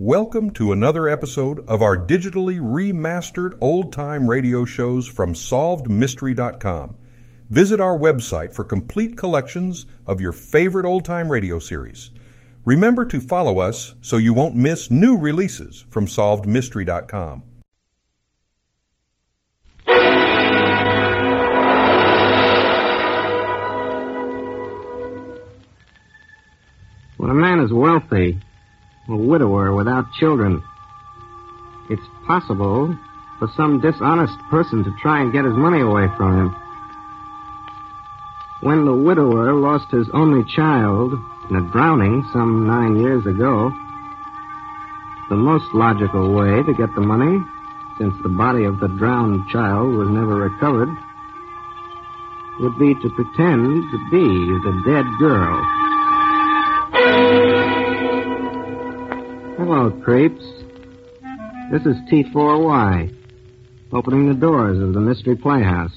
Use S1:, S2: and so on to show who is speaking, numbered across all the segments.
S1: Welcome to another episode of our digitally remastered old time radio shows from SolvedMystery.com. Visit our website for complete collections of your favorite old time radio series. Remember to follow us so you won't miss new releases from SolvedMystery.com.
S2: When a man is wealthy, a widower without children, it's possible for some dishonest person to try and get his money away from him. When the widower lost his only child in a drowning some nine years ago, the most logical way to get the money, since the body of the drowned child was never recovered, would be to pretend to be the dead girl. Hello, creeps. This is T4Y, opening the doors of the Mystery Playhouse.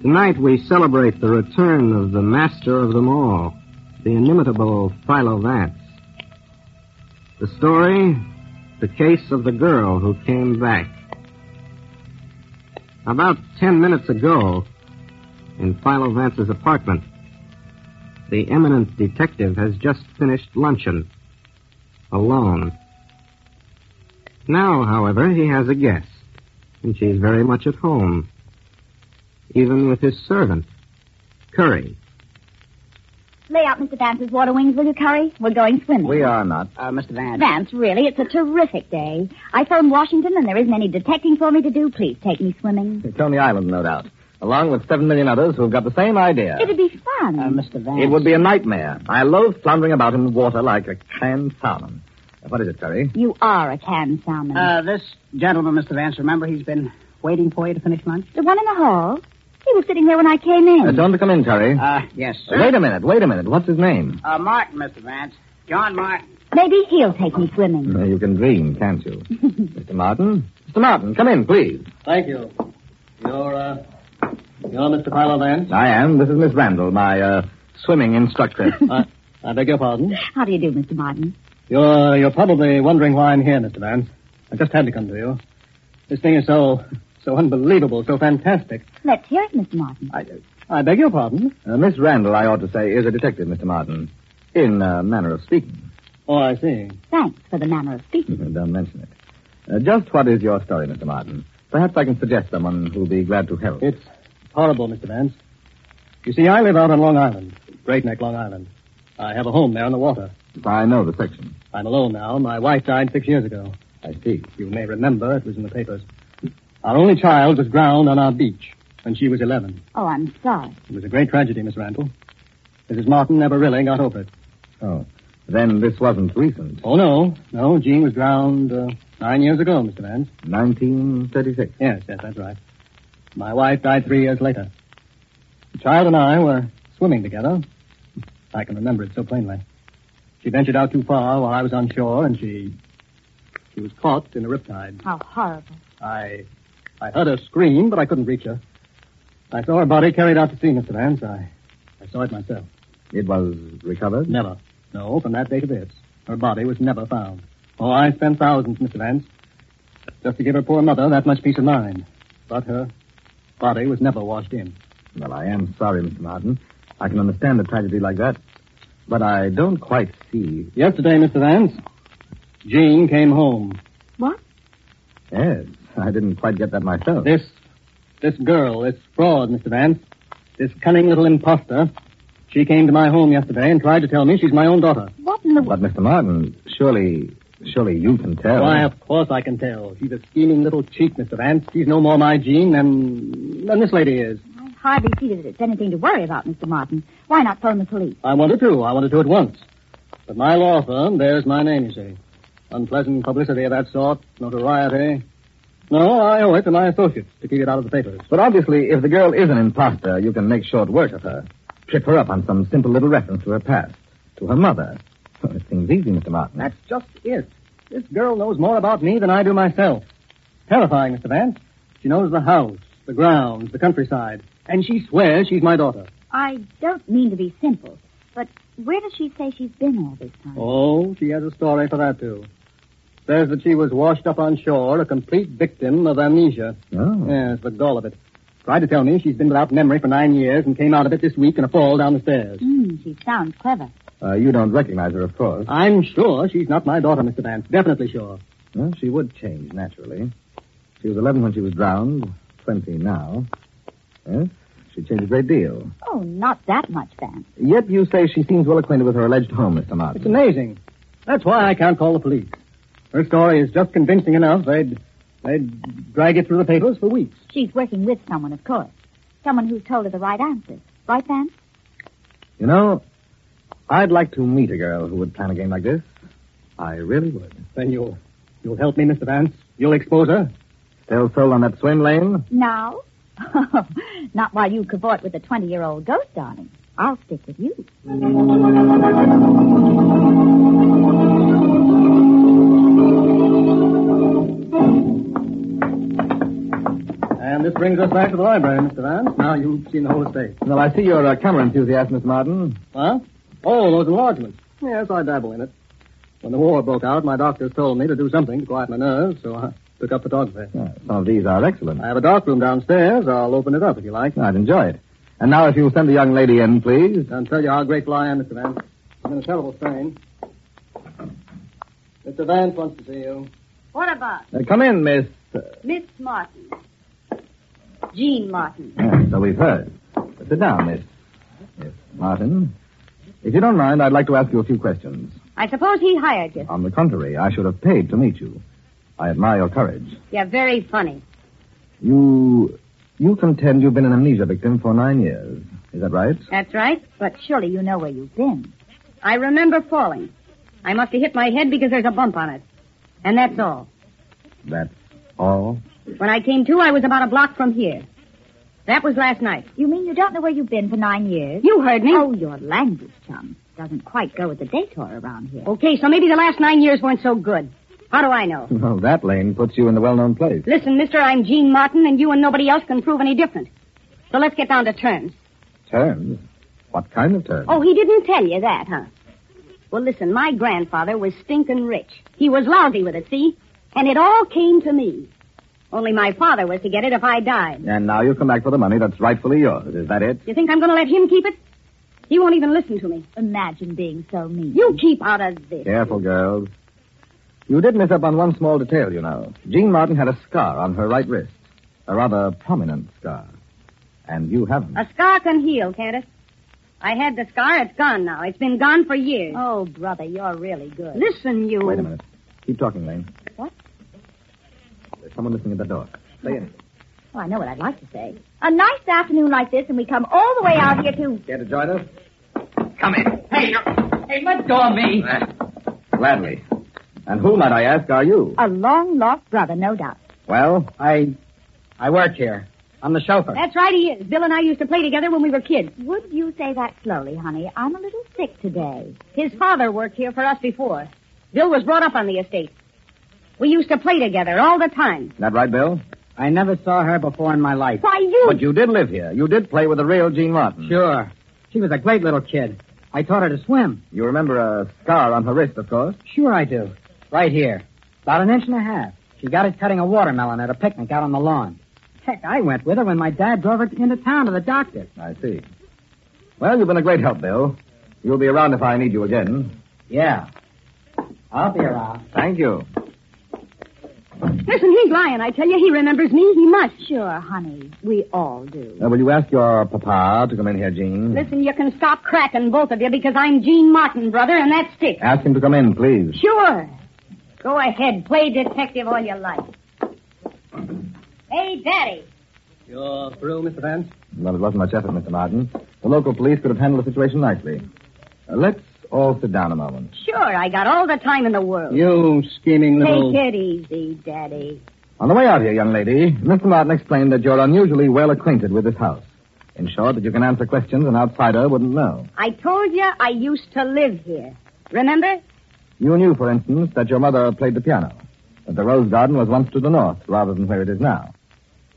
S2: Tonight we celebrate the return of the master of them all, the inimitable Philo Vance. The story, the case of the girl who came back. About ten minutes ago, in Philo Vance's apartment, the eminent detective has just finished luncheon alone. Now, however, he has a guest, and she is very much at home, even with his servant, Curry.
S3: Lay out Mr. Vance's water wings, will you, Curry? We're going swimming.
S4: We are not.
S5: Uh, Mr. Vance.
S3: Vance, really, it's a terrific day. I phoned Washington, and there isn't any detecting for me to do. Please take me swimming.
S4: It's Coney Island, no doubt. Along with seven million others who've got the same idea.
S3: It'd be fun.
S5: Uh, Mr. Vance.
S4: It would be a nightmare. I loathe floundering about in water like a canned salmon. What is it, Terry?
S3: You are a canned salmon.
S5: Uh, this gentleman, Mr. Vance, remember he's been waiting for you to finish lunch?
S3: the one in the hall? He was sitting there when I came in.
S4: Uh, don't come in, Terry.
S5: Uh, yes, sir.
S4: wait a minute, wait a minute. What's his name?
S5: Uh, Martin, Mr. Vance. John Martin.
S3: Maybe he'll take me swimming.
S4: Uh, you can dream, can't you? Mr. Martin? Mr. Martin, come in, please.
S6: Thank you. You're, uh, you're Mr. Philo Vance?
S4: I am. This is Miss Randall, my, uh, swimming instructor. Uh,
S6: I, I beg your pardon.
S3: How do you do, Mr. Martin?
S6: You're, you're probably wondering why I'm here, Mr. Vance. I just had to come to you. This thing is so, so unbelievable, so fantastic.
S3: Let's hear it, Mr. Martin.
S6: I, I beg your pardon.
S4: Uh, Miss Randall, I ought to say, is a detective, Mr. Martin. In uh, manner of speaking.
S6: Oh, I see.
S3: Thanks for the manner of speaking.
S4: Don't mention it. Uh, just what is your story, Mr. Martin? Perhaps I can suggest someone who'll be glad to help.
S6: It's horrible, Mr. Vance. You see, I live out on Long Island, Great Neck, Long Island. I have a home there on the water.
S4: I know the section.
S6: I'm alone now. My wife died six years ago.
S4: I see.
S6: You may remember it was in the papers. Our only child was drowned on our beach when she was 11.
S3: Oh, I'm sorry.
S6: It was a great tragedy, Miss Randall. Mrs. Martin never really got over it.
S4: Oh. Then this wasn't recent.
S6: Oh, no. No, Jean was drowned uh, nine years ago, Mr. Vance.
S4: 1936.
S6: Yes, yes, that's right. My wife died three years later. The child and I were swimming together. I can remember it so plainly. She ventured out too far while I was on shore, and she... She was caught in a riptide.
S3: How horrible.
S6: I... I heard her scream, but I couldn't reach her. I saw her body carried out to sea, Mr. Vance. I... I saw it myself.
S4: It was recovered?
S6: Never. No, from that day to this, her body was never found. Oh, I spent thousands, Mr. Vance, just to give her poor mother that much peace of mind. But her body was never washed in.
S4: Well, I am sorry, Mr. Martin. I can understand a tragedy like that. But I don't quite see.
S6: Yesterday, Mr. Vance, Jean came home.
S4: Yes, I didn't quite get that myself.
S6: This, this girl, this fraud, Mr. Vance, this cunning little impostor, she came to my home yesterday and tried to tell me she's my own daughter.
S3: What in the...
S4: But, Mr. Martin, surely, surely you can tell.
S6: Why, of course I can tell. She's a scheming little cheat, Mr. Vance. She's no more my Jean than, than this lady is.
S3: I hardly see that it's anything to worry about, Mr. Martin. Why not phone the police?
S6: I wanted to. I wanted to at once. But my law firm bears my name, you see. Unpleasant publicity of that sort, notoriety. No, I owe it to my associates to keep it out of the papers.
S4: But obviously, if the girl is an imposter, you can make short work of her. Trip her up on some simple little reference to her past, to her mother. Well, it seems easy, Mr. Martin.
S6: That's just it. This girl knows more about me than I do myself. Terrifying, Mr. Vance. She knows the house, the grounds, the countryside, and she swears she's my daughter.
S3: I don't mean to be simple, but Where does she say she's been all this time?
S6: Oh, she has a story for that, too. Says that she was washed up on shore, a complete victim of amnesia.
S4: Oh.
S6: Yes, the gall of it. Tried to tell me she's been without memory for nine years and came out of it this week in a fall down the stairs.
S3: Mm, she sounds clever.
S4: Uh, you don't recognize her, of course.
S6: I'm sure she's not my daughter, Mr. Vance. Definitely sure.
S4: Well, she would change, naturally. She was 11 when she was drowned, 20 now. Yes, she changed a great deal.
S3: Oh, not that much, Vance.
S4: Yet you say she seems well acquainted with her alleged home, Mr.
S6: It's
S4: Martin.
S6: amazing. That's why I can't call the police. Her story is just convincing enough. They'd, they'd drag it through the papers for weeks.
S3: She's working with someone, of course. Someone who's told her the right answers. Right, Vance?
S4: You know, I'd like to meet a girl who would plan a game like this. I really would.
S6: Then you'll, you'll help me, Mr. Vance. You'll expose her.
S4: Still sold on that swim lane?
S3: Now? not while you cavort with a 20-year-old ghost, darling. I'll stick with you.
S6: And this brings us back to the library, Mr. Vance. Now you've seen the whole estate.
S4: Well, I see you're a camera enthusiast, Miss Martin.
S6: Huh? Oh, those enlargements. Yes, I dabble in it. When the war broke out, my doctors told me to do something to quiet my nerves, so I took up photography.
S4: Yeah, some of these are excellent.
S6: I have a dark room downstairs. I'll open it up if you like.
S4: I'd enjoy it. And now, if you'll send the young lady in, please.
S6: I'll tell you how grateful I am, Mr. Vance. I'm in a terrible strain. Mr. Vance wants to see you.
S7: What about
S4: Uh, come in, Miss. uh,
S7: Miss Martin? Jean Martin.
S4: Yeah, so we've heard. But sit down, Miss. Miss Martin. If you don't mind, I'd like to ask you a few questions.
S7: I suppose he hired you.
S4: On the contrary, I should have paid to meet you. I admire your courage.
S7: You're very funny.
S4: You. You contend you've been an amnesia victim for nine years. Is that right?
S7: That's right.
S3: But surely you know where you've been.
S7: I remember falling. I must have hit my head because there's a bump on it. And that's all.
S4: That's all?
S7: When I came to, I was about a block from here. That was last night.
S3: You mean you don't know where you've been for nine years?
S7: You heard me.
S3: Oh, your language, chum. Doesn't quite go with the detour around here.
S7: Okay, so maybe the last nine years weren't so good. How do I know?
S4: Well, that lane puts you in the well known place.
S7: Listen, mister, I'm Jean Martin, and you and nobody else can prove any different. So let's get down to terms.
S4: Terms? What kind of terms?
S7: Oh, he didn't tell you that, huh? Well, listen, my grandfather was stinking rich. He was lousy with it, see? And it all came to me. Only my father was to get it if I died.
S4: And now you come back for the money that's rightfully yours. Is that it?
S7: You think I'm going to let him keep it? He won't even listen to me.
S3: Imagine being so mean.
S7: You keep out of this.
S4: Careful, girls. You did miss up on one small detail, you know. Jean Martin had a scar on her right wrist, a rather prominent scar. And you haven't.
S7: A scar can heal, can't it? I had the scar. It's gone now. It's been gone for years.
S3: Oh, brother, you're really good.
S7: Listen, you.
S4: Wait a minute. Keep talking, Lane.
S3: What?
S4: There's someone listening at the door. Stay in.
S3: Oh, I know what I'd like to say. A nice afternoon like this, and we come all the way out here to.
S4: Care to join us?
S8: Come in. Hey, you- hey, let go of me.
S4: Gladly. And who, might I ask, are you?
S3: A long lost brother, no doubt.
S4: Well,
S5: I, I work here. I'm the chauffeur.
S7: That's right, he is. Bill and I used to play together when we were kids.
S3: Would you say that slowly, honey? I'm a little sick today.
S7: His father worked here for us before. Bill was brought up on the estate. We used to play together all the time.
S4: that right, Bill?
S5: I never saw her before in my life.
S3: Why, you.
S4: But you did live here. You did play with the real Jean Martin.
S5: Sure. She was a great little kid. I taught her to swim.
S4: You remember a scar on her wrist, of course.
S5: Sure I do. Right here. About an inch and a half. She got it cutting a watermelon at a picnic out on the lawn. Heck, I went with her when my dad drove her into town to the doctor.
S4: I see. Well, you've been a great help, Bill. You'll be around if I need you again.
S5: Yeah. I'll be around.
S4: Thank you.
S7: Listen, he's lying. I tell you, he remembers me. He must.
S3: Sure, honey. We all do.
S4: Uh, will you ask your papa to come in here, Jean?
S7: Listen, you can stop cracking, both of you, because I'm Jean Martin, brother, and that's it.
S4: Ask him to come in, please.
S7: Sure. Go ahead. Play detective all you like. Hey, Daddy.
S6: You're through, Mr. Vance?
S4: Well, it wasn't much effort, Mr. Martin. The local police could have handled the situation nicely. Uh, let's all sit down a moment.
S7: Sure, I got all the time in the world.
S6: You scheming little...
S3: Take it easy, Daddy.
S4: On the way out here, young lady, Mr. Martin explained that you're unusually well acquainted with this house. In short, that you can answer questions an outsider wouldn't know.
S7: I told you I used to live here. Remember?
S4: You knew, for instance, that your mother played the piano, that the rose garden was once to the north rather than where it is now,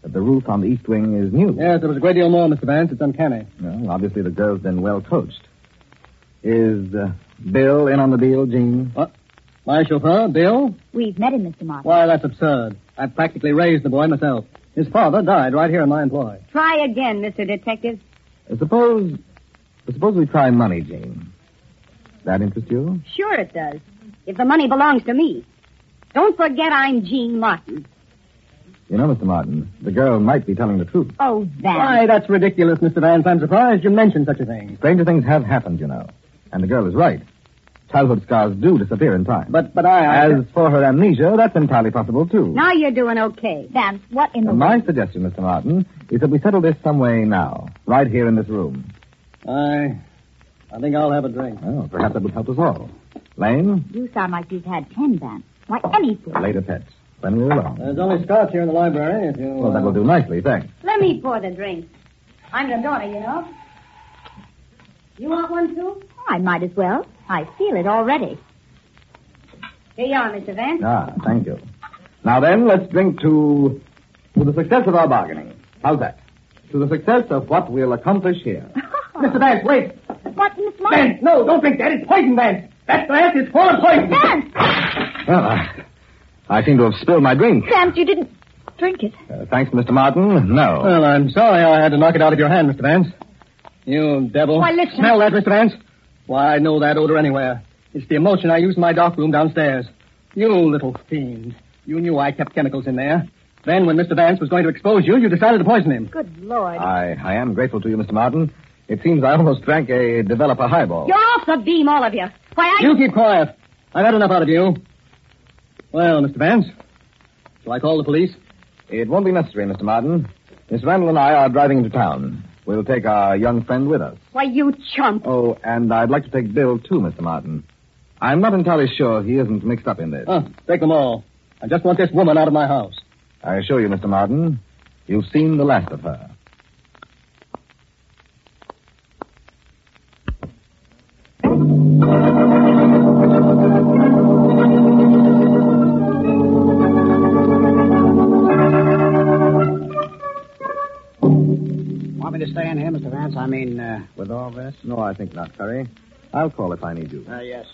S4: that the roof on the east wing is new.
S6: Yes, there was a great deal more, Mr. Vance. It's uncanny.
S4: Well, obviously the girl's been well coached. Is uh, Bill in on the deal, Gene?
S6: My chauffeur, Bill?
S3: We've met him, Mr. Martin.
S6: Why, that's absurd. I practically raised the boy myself. His father died right here in my employ.
S7: Try again, Mr. Detective.
S4: Uh, Suppose, suppose we try money, Gene. That interest you?
S7: Sure it does. If the money belongs to me. Don't forget I'm Jean Martin.
S4: You know, Mr. Martin, the girl might be telling the truth.
S3: Oh, that.
S6: Why, that's ridiculous, Mr. Vance. I'm surprised you mentioned such a thing.
S4: Stranger things have happened, you know. And the girl is right. Childhood scars do disappear in time.
S6: But, uh, but I, I...
S4: as for her amnesia, that's entirely possible, too.
S7: Now you're doing okay.
S3: Vance, what in the
S4: And my suggestion, Mr. Martin, is that we settle this some way now, right here in this room.
S6: I, I think I'll have a drink.
S4: Oh, perhaps that would help us all. Lane,
S3: You sound like you've had ten, Vance. Why, anything.
S4: later, pet. When we're alone.
S6: There's only scotch here in the library if you...
S4: Well, that will do nicely, thanks.
S7: Let me pour the drink. I'm your daughter, you know. You want one, too?
S3: I might as well. I feel it already.
S7: Here you are, Mr. Vance.
S4: Ah, thank you. Now then, let's drink to, to the success of our bargaining. How's that? To the success of what we'll accomplish here.
S8: Mr. Vance, wait.
S3: What, Miss Martin?
S8: Vance, no, don't drink that. It's poison, Vance. That glass is full of poison.
S3: Vance!
S4: Well, I, I seem to have spilled my drink.
S3: Vance, you didn't drink it.
S4: Uh, thanks, Mr. Martin. No.
S6: Well, I'm sorry I had to knock it out of your hand, Mr. Vance. You devil.
S3: Why, listen.
S6: Smell that, Mr. Vance? Why, I know that odor anywhere. It's the emulsion I used in my dark room downstairs. You little fiend. You knew I kept chemicals in there. Then, when Mr. Vance was going to expose you, you decided to poison him.
S3: Good Lord.
S4: I, I am grateful to you, Mr. Martin. It seems I almost drank a developer highball.
S7: You're off the beam, all of you. Why, I...
S6: You keep quiet. I've had enough out of you. Well, Mr. Vance, shall I call the police?
S4: It won't be necessary, Mr. Martin. Miss Randall and I are driving into town. We'll take our young friend with us.
S7: Why, you chump.
S4: Oh, and I'd like to take Bill, too, Mr. Martin. I'm not entirely sure he isn't mixed up in this.
S6: Oh, take them all. I just want this woman out of my house.
S4: I assure you, Mr. Martin, you've seen the last of her.
S5: Want me to stay in here, Mr. Vance? I mean, uh,
S4: With all this? No, I think not, Curry. I'll call if I need you.
S5: uh yes.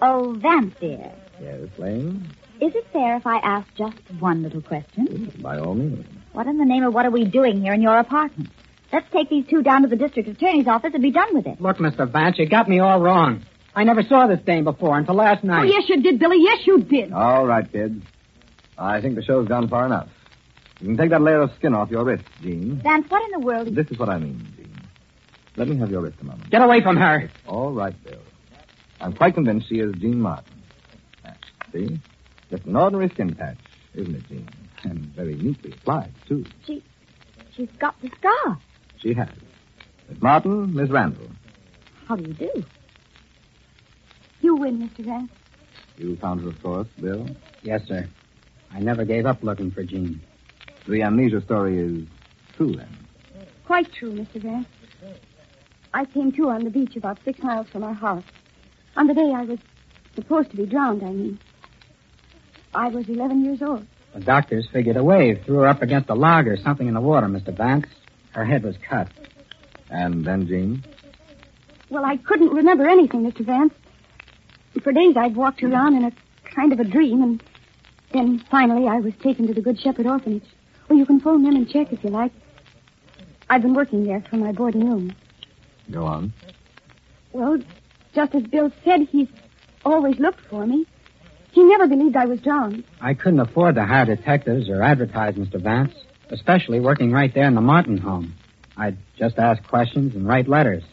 S3: Oh, Vance, dear.
S4: Yes, Lane?
S3: Is it fair if I ask just one little question?
S4: By all means.
S3: What in the name of what are we doing here in your apartment? Let's take these two down to the district attorney's office and be done with it.
S5: Look, Mr. Vance, you got me all wrong. I never saw this dame before until last
S7: Oh,
S5: night.
S7: yes, you did, Billy. Yes, you did.
S4: All right, kids. I think the show's gone far enough. You can take that layer of skin off your wrist, Jean.
S3: Vance, what in the world?
S4: This is what I mean, Jean. Let me have your wrist a moment.
S5: Get away from her.
S4: All right, Bill. I'm quite convinced she is Jean Martin. Ah, See? Just an ordinary skin patch, isn't it, Jean? And very neatly applied, too.
S3: She's got the scar.
S4: She has. Miss Martin, Miss Randall,
S3: How do you do? You win, Mr. Vance.
S4: you found her, of course, Bill.
S5: Yes, sir. I never gave up looking for Jean.
S4: The amnesia story is true, then.
S7: Quite true, Mr. Vance. I came to on the beach about six miles from our house. On the day I was supposed to be drowned, I mean. I was 11 years old.
S5: The doctors figured a wave, threw her up against a log or something in the water, Mr. Vance. Her head was cut.
S4: And then, Jean?
S7: Well, I couldn't remember anything, Mr. Vance. For days I'd walked around in a kind of a dream, and then finally I was taken to the Good Shepherd Orphanage. Well, you can phone them and check if you like. I've been working there for my boarding room.
S4: Go on.
S7: Well, just as Bill said, he's always looked for me. He never believed I was drowned.
S5: I couldn't afford to hire detectives or advertise, Mr. Vance, especially working right there in the Martin home. I'd just ask questions and write letters.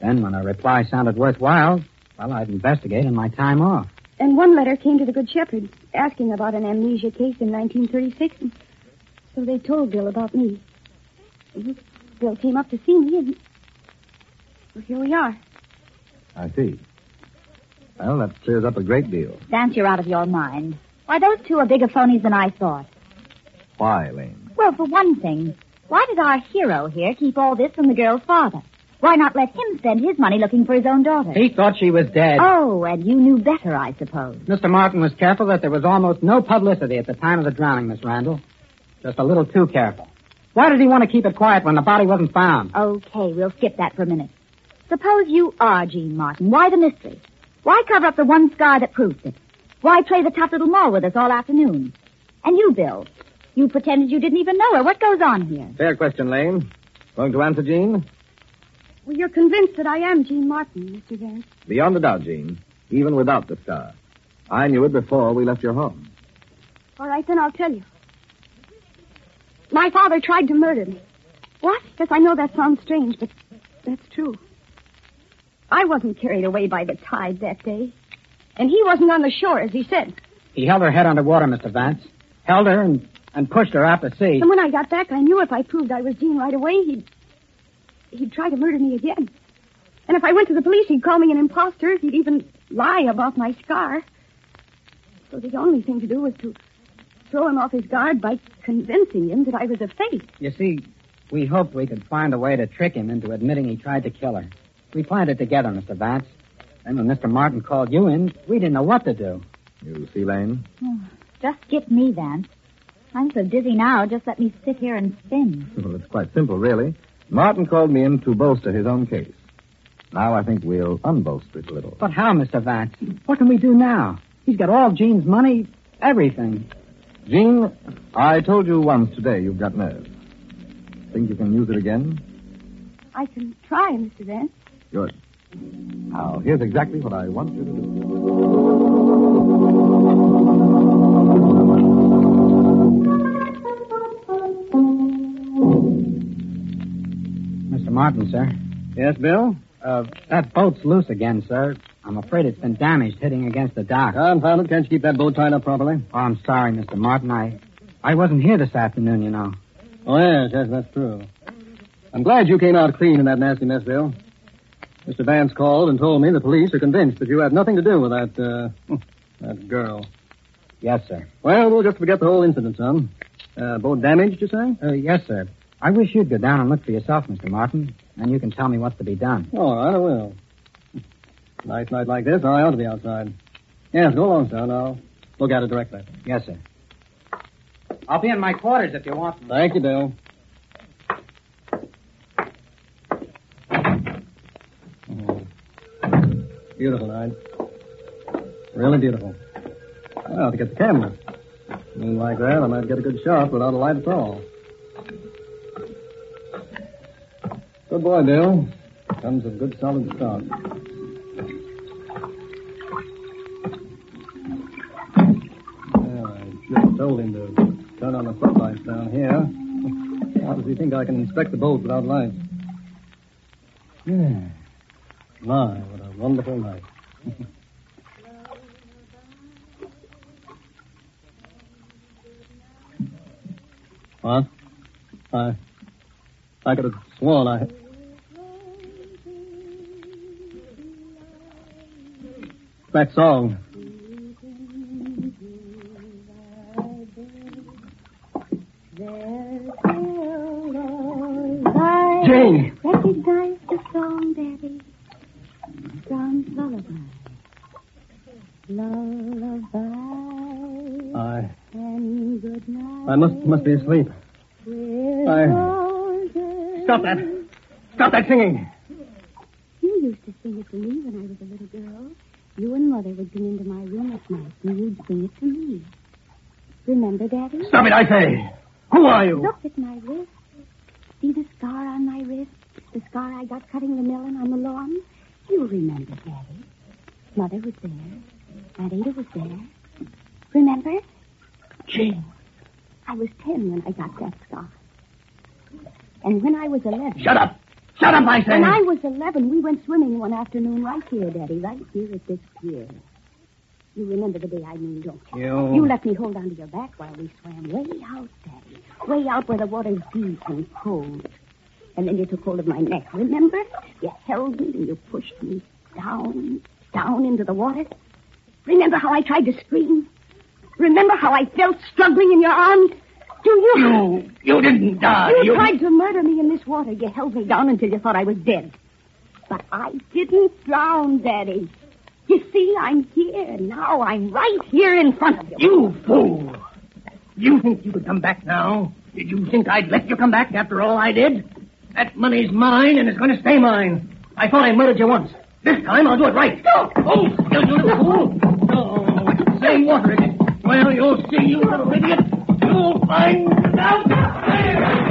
S5: Then, when a reply sounded worthwhile, well, I'd investigate in my time off.
S7: And one letter came to the Good Shepherd asking about an amnesia case in 1936. And so they told Bill about me. And Bill came up to see me, and well, here we are.
S4: I see. Well, that clears up a great deal.
S3: Vance, you're out of your mind. Why, those two are bigger phonies than I thought.
S4: Why, Lane?
S3: Well, for one thing, why did our hero here keep all this from the girl's father? Why not let him spend his money looking for his own daughter?
S5: He thought she was dead.
S3: Oh, and you knew better, I suppose.
S5: Mr. Martin was careful that there was almost no publicity at the time of the drowning, Miss Randall. Just a little too careful. Why did he want to keep it quiet when the body wasn't found?
S3: Okay, we'll skip that for a minute. Suppose you are Gene Martin. Why the mystery? Why cover up the one scar that proves it? Why play the tough little mole with us all afternoon? And you, Bill. You pretended you didn't even know her. What goes on here?
S4: Fair question, Lane. Going to answer, Jean?
S7: Well, you're convinced that I am Jean Martin, Mr. Vance.
S4: Beyond a doubt, Jean. Even without the scar. I knew it before we left your home.
S7: All right, then I'll tell you. My father tried to murder me. What? Yes, I know that sounds strange, but that's true. I wasn't carried away by the tide that day. And he wasn't on the shore, as he said.
S5: He held her head underwater, Mr. Vance. Held her and, and pushed her out to sea.
S7: And when I got back, I knew if I proved I was Jean right away, he'd he'd try to murder me again. And if I went to the police, he'd call me an imposter. He'd even lie about my scar. So the only thing to do was to throw him off his guard by convincing him that I was a fake.
S5: You see, we hoped we could find a way to trick him into admitting he tried to kill her. We planned it together, Mr. Vance. Then when Mr. Martin called you in, we didn't know what to do.
S4: You see, Lane?
S3: Just skip me, Vance. I'm so dizzy now, just let me sit here and spin.
S4: Well, it's quite simple, really. Martin called me in to bolster his own case. Now I think we'll unbolster it a little.
S5: But how, Mr. Vance? What can we do now? He's got all Gene's money, everything.
S4: Jean, I told you once today you've got nerve. Think you can use it again?
S7: I can try, Mr. Vance.
S4: Good. Now, here's exactly what I want you to do.
S5: Mr. Martin, sir.
S6: Yes, Bill?
S5: Uh, that boat's loose again, sir. I'm afraid it's been damaged hitting against the dock.
S6: Confound it, can't you keep that boat tied up properly?
S5: Oh, I'm sorry, Mr. Martin. I, I wasn't here this afternoon, you know.
S6: Oh, yes, yes, that's true. I'm glad you came out clean in that nasty mess, Bill. Mr. Vance called and told me the police are convinced that you had nothing to do with that, uh, that girl.
S5: Yes, sir.
S6: Well, we'll just forget the whole incident, son. Uh, boat damaged, you say?
S5: Uh, yes, sir. I wish you'd go down and look for yourself, Mr. Martin, and you can tell me what's to be done.
S6: All right, I will. Nice night like this, I ought to be outside. Yes, go along, son. I'll look at it directly.
S5: Yes, sir. I'll be in my quarters if you want me.
S6: Thank you, Bill. Mm. Beautiful night. Really beautiful. I ought to get the camera. Moon like that, I might get a good shot without a light at all. Good boy, Bill. Comes of good solid stock. Well, I just told him to turn on the floodlights down here. How does he think I can inspect the boat without lights? Yeah. My, what a wonderful night. what? I. I could have sworn I. That song.
S7: I
S6: Jane!
S7: recognize the song, Daddy. Brown's lullaby. Lullaby
S6: I.
S7: and good night.
S6: I must must be asleep. Stop that. Stop that singing.
S7: You used to sing it to me when I was a little girl. You and Mother would come into my room at night, and you'd sing it to me. Remember, Daddy?
S6: Stop it, I say. Who are you?
S7: Look at my wrist. See the scar on my wrist? The scar I got cutting the melon on the lawn? You remember, Daddy. Mother was there. Aunt Ada was there. Remember?
S6: Jane.
S7: I was ten when I got that scar. And when I was eleven...
S6: Shut up. Shut up, I say.
S7: When I was 11, we went swimming one afternoon right here, Daddy, right here at this pier. You remember the day I mean, don't you?
S6: You-
S7: You let me hold onto your back while we swam way out, Daddy. Way out where the water's deep and cold. And then you took hold of my neck, remember? You held me and you pushed me down, down into the water. Remember how I tried to scream? Remember how I felt struggling in your arms? Do you?
S6: You, you didn't die.
S7: You, tried to murder me in this water. You held me down until you thought I was dead. But I didn't drown, Daddy. You see, I'm here now. I'm right here in front of you.
S6: You fool. You think you could come back now? Did you think I'd let you come back after all I did? That money's mine and it's going to stay mine. I thought I murdered you once. This time I'll do it right. Don't! Oh, you little fool! No, same water again. Well, you'll see, you little idiot. You'll find out.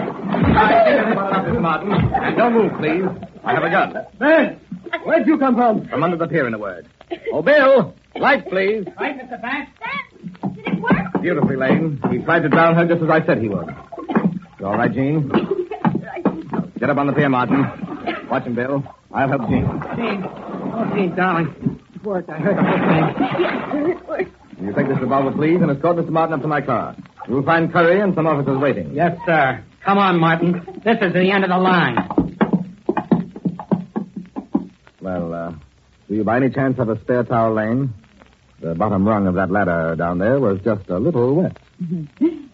S4: Everyone up, Miss Martin. And don't move, please. I have a gun.
S9: Ben! Where'd you come from?
S4: From under the pier, in a word. Oh, Bill! Light, please.
S6: Right, Mr. Bass?
S10: Did it work?
S4: Beautifully, Lane. He tried to drown her just as I said he would. You all right, Jean? Get up on the pier, Martin. Watch him, Bill. I'll help Jean.
S6: Jean. Oh, Jean, darling. It worked. I heard the whole thing.
S4: You take this revolver, please, and escort Mr. Martin up to my car. You'll find Curry and some officers waiting.
S11: Yes, sir. Come on, Martin. This is the end of the line.
S4: Well, uh, do you by any chance have a spare towel, Lane? The bottom rung of that ladder down there was just a little wet.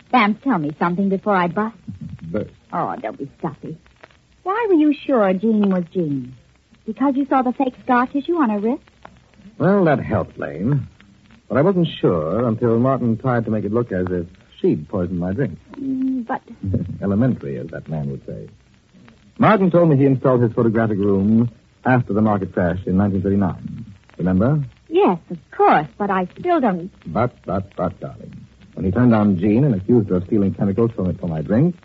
S7: Sam, tell me something before I bust.
S4: But
S7: Oh, don't be stuffy. Why were you sure Jean was Jean? Because you saw the fake scar tissue on her wrist?
S4: Well, that helped, Lane. But I wasn't sure until Martin tried to make it look as if she'd poisoned my drink.
S7: Mm, but
S4: Elementary, as that man would say. Martin told me he installed his photographic room after the market crash in 1939. Remember?
S7: yes, of course, but I still don't.
S4: But, but, but, darling. When he turned down Jean and accused her of stealing chemicals from it for my drink,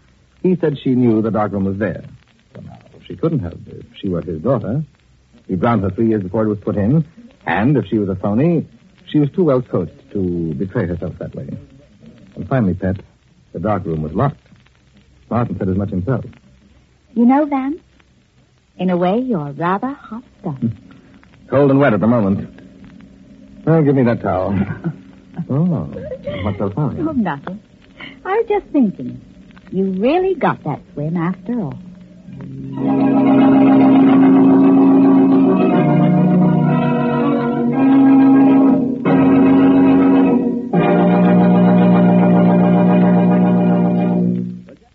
S4: he said she knew the darkroom was there. Well, now, she couldn't have if she were his daughter. He drowned her three years before it was put in, and if she was a phony, she was too well coached to betray herself that way. And finally, Pet, the darkroom was locked. Martin said as much himself.
S7: You know, Vance, in a way, you're rather hot stuff.
S4: Cold and wet at the moment. Well, give me that towel. Oh, what's so funny?
S7: Oh, nothing. I was just thinking. You really got that swim after all.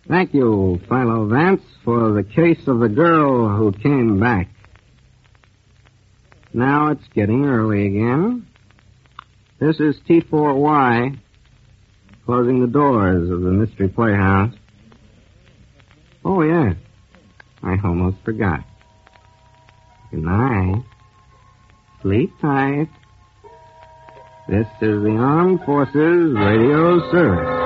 S5: Thank you, Philo Vance, for the case of the girl who came back. Now it's getting early again. This is T4Y, closing the doors of the Mystery Playhouse. Oh, yes. I almost forgot. Good night. Sleep tight. This is the Armed Forces Radio Service.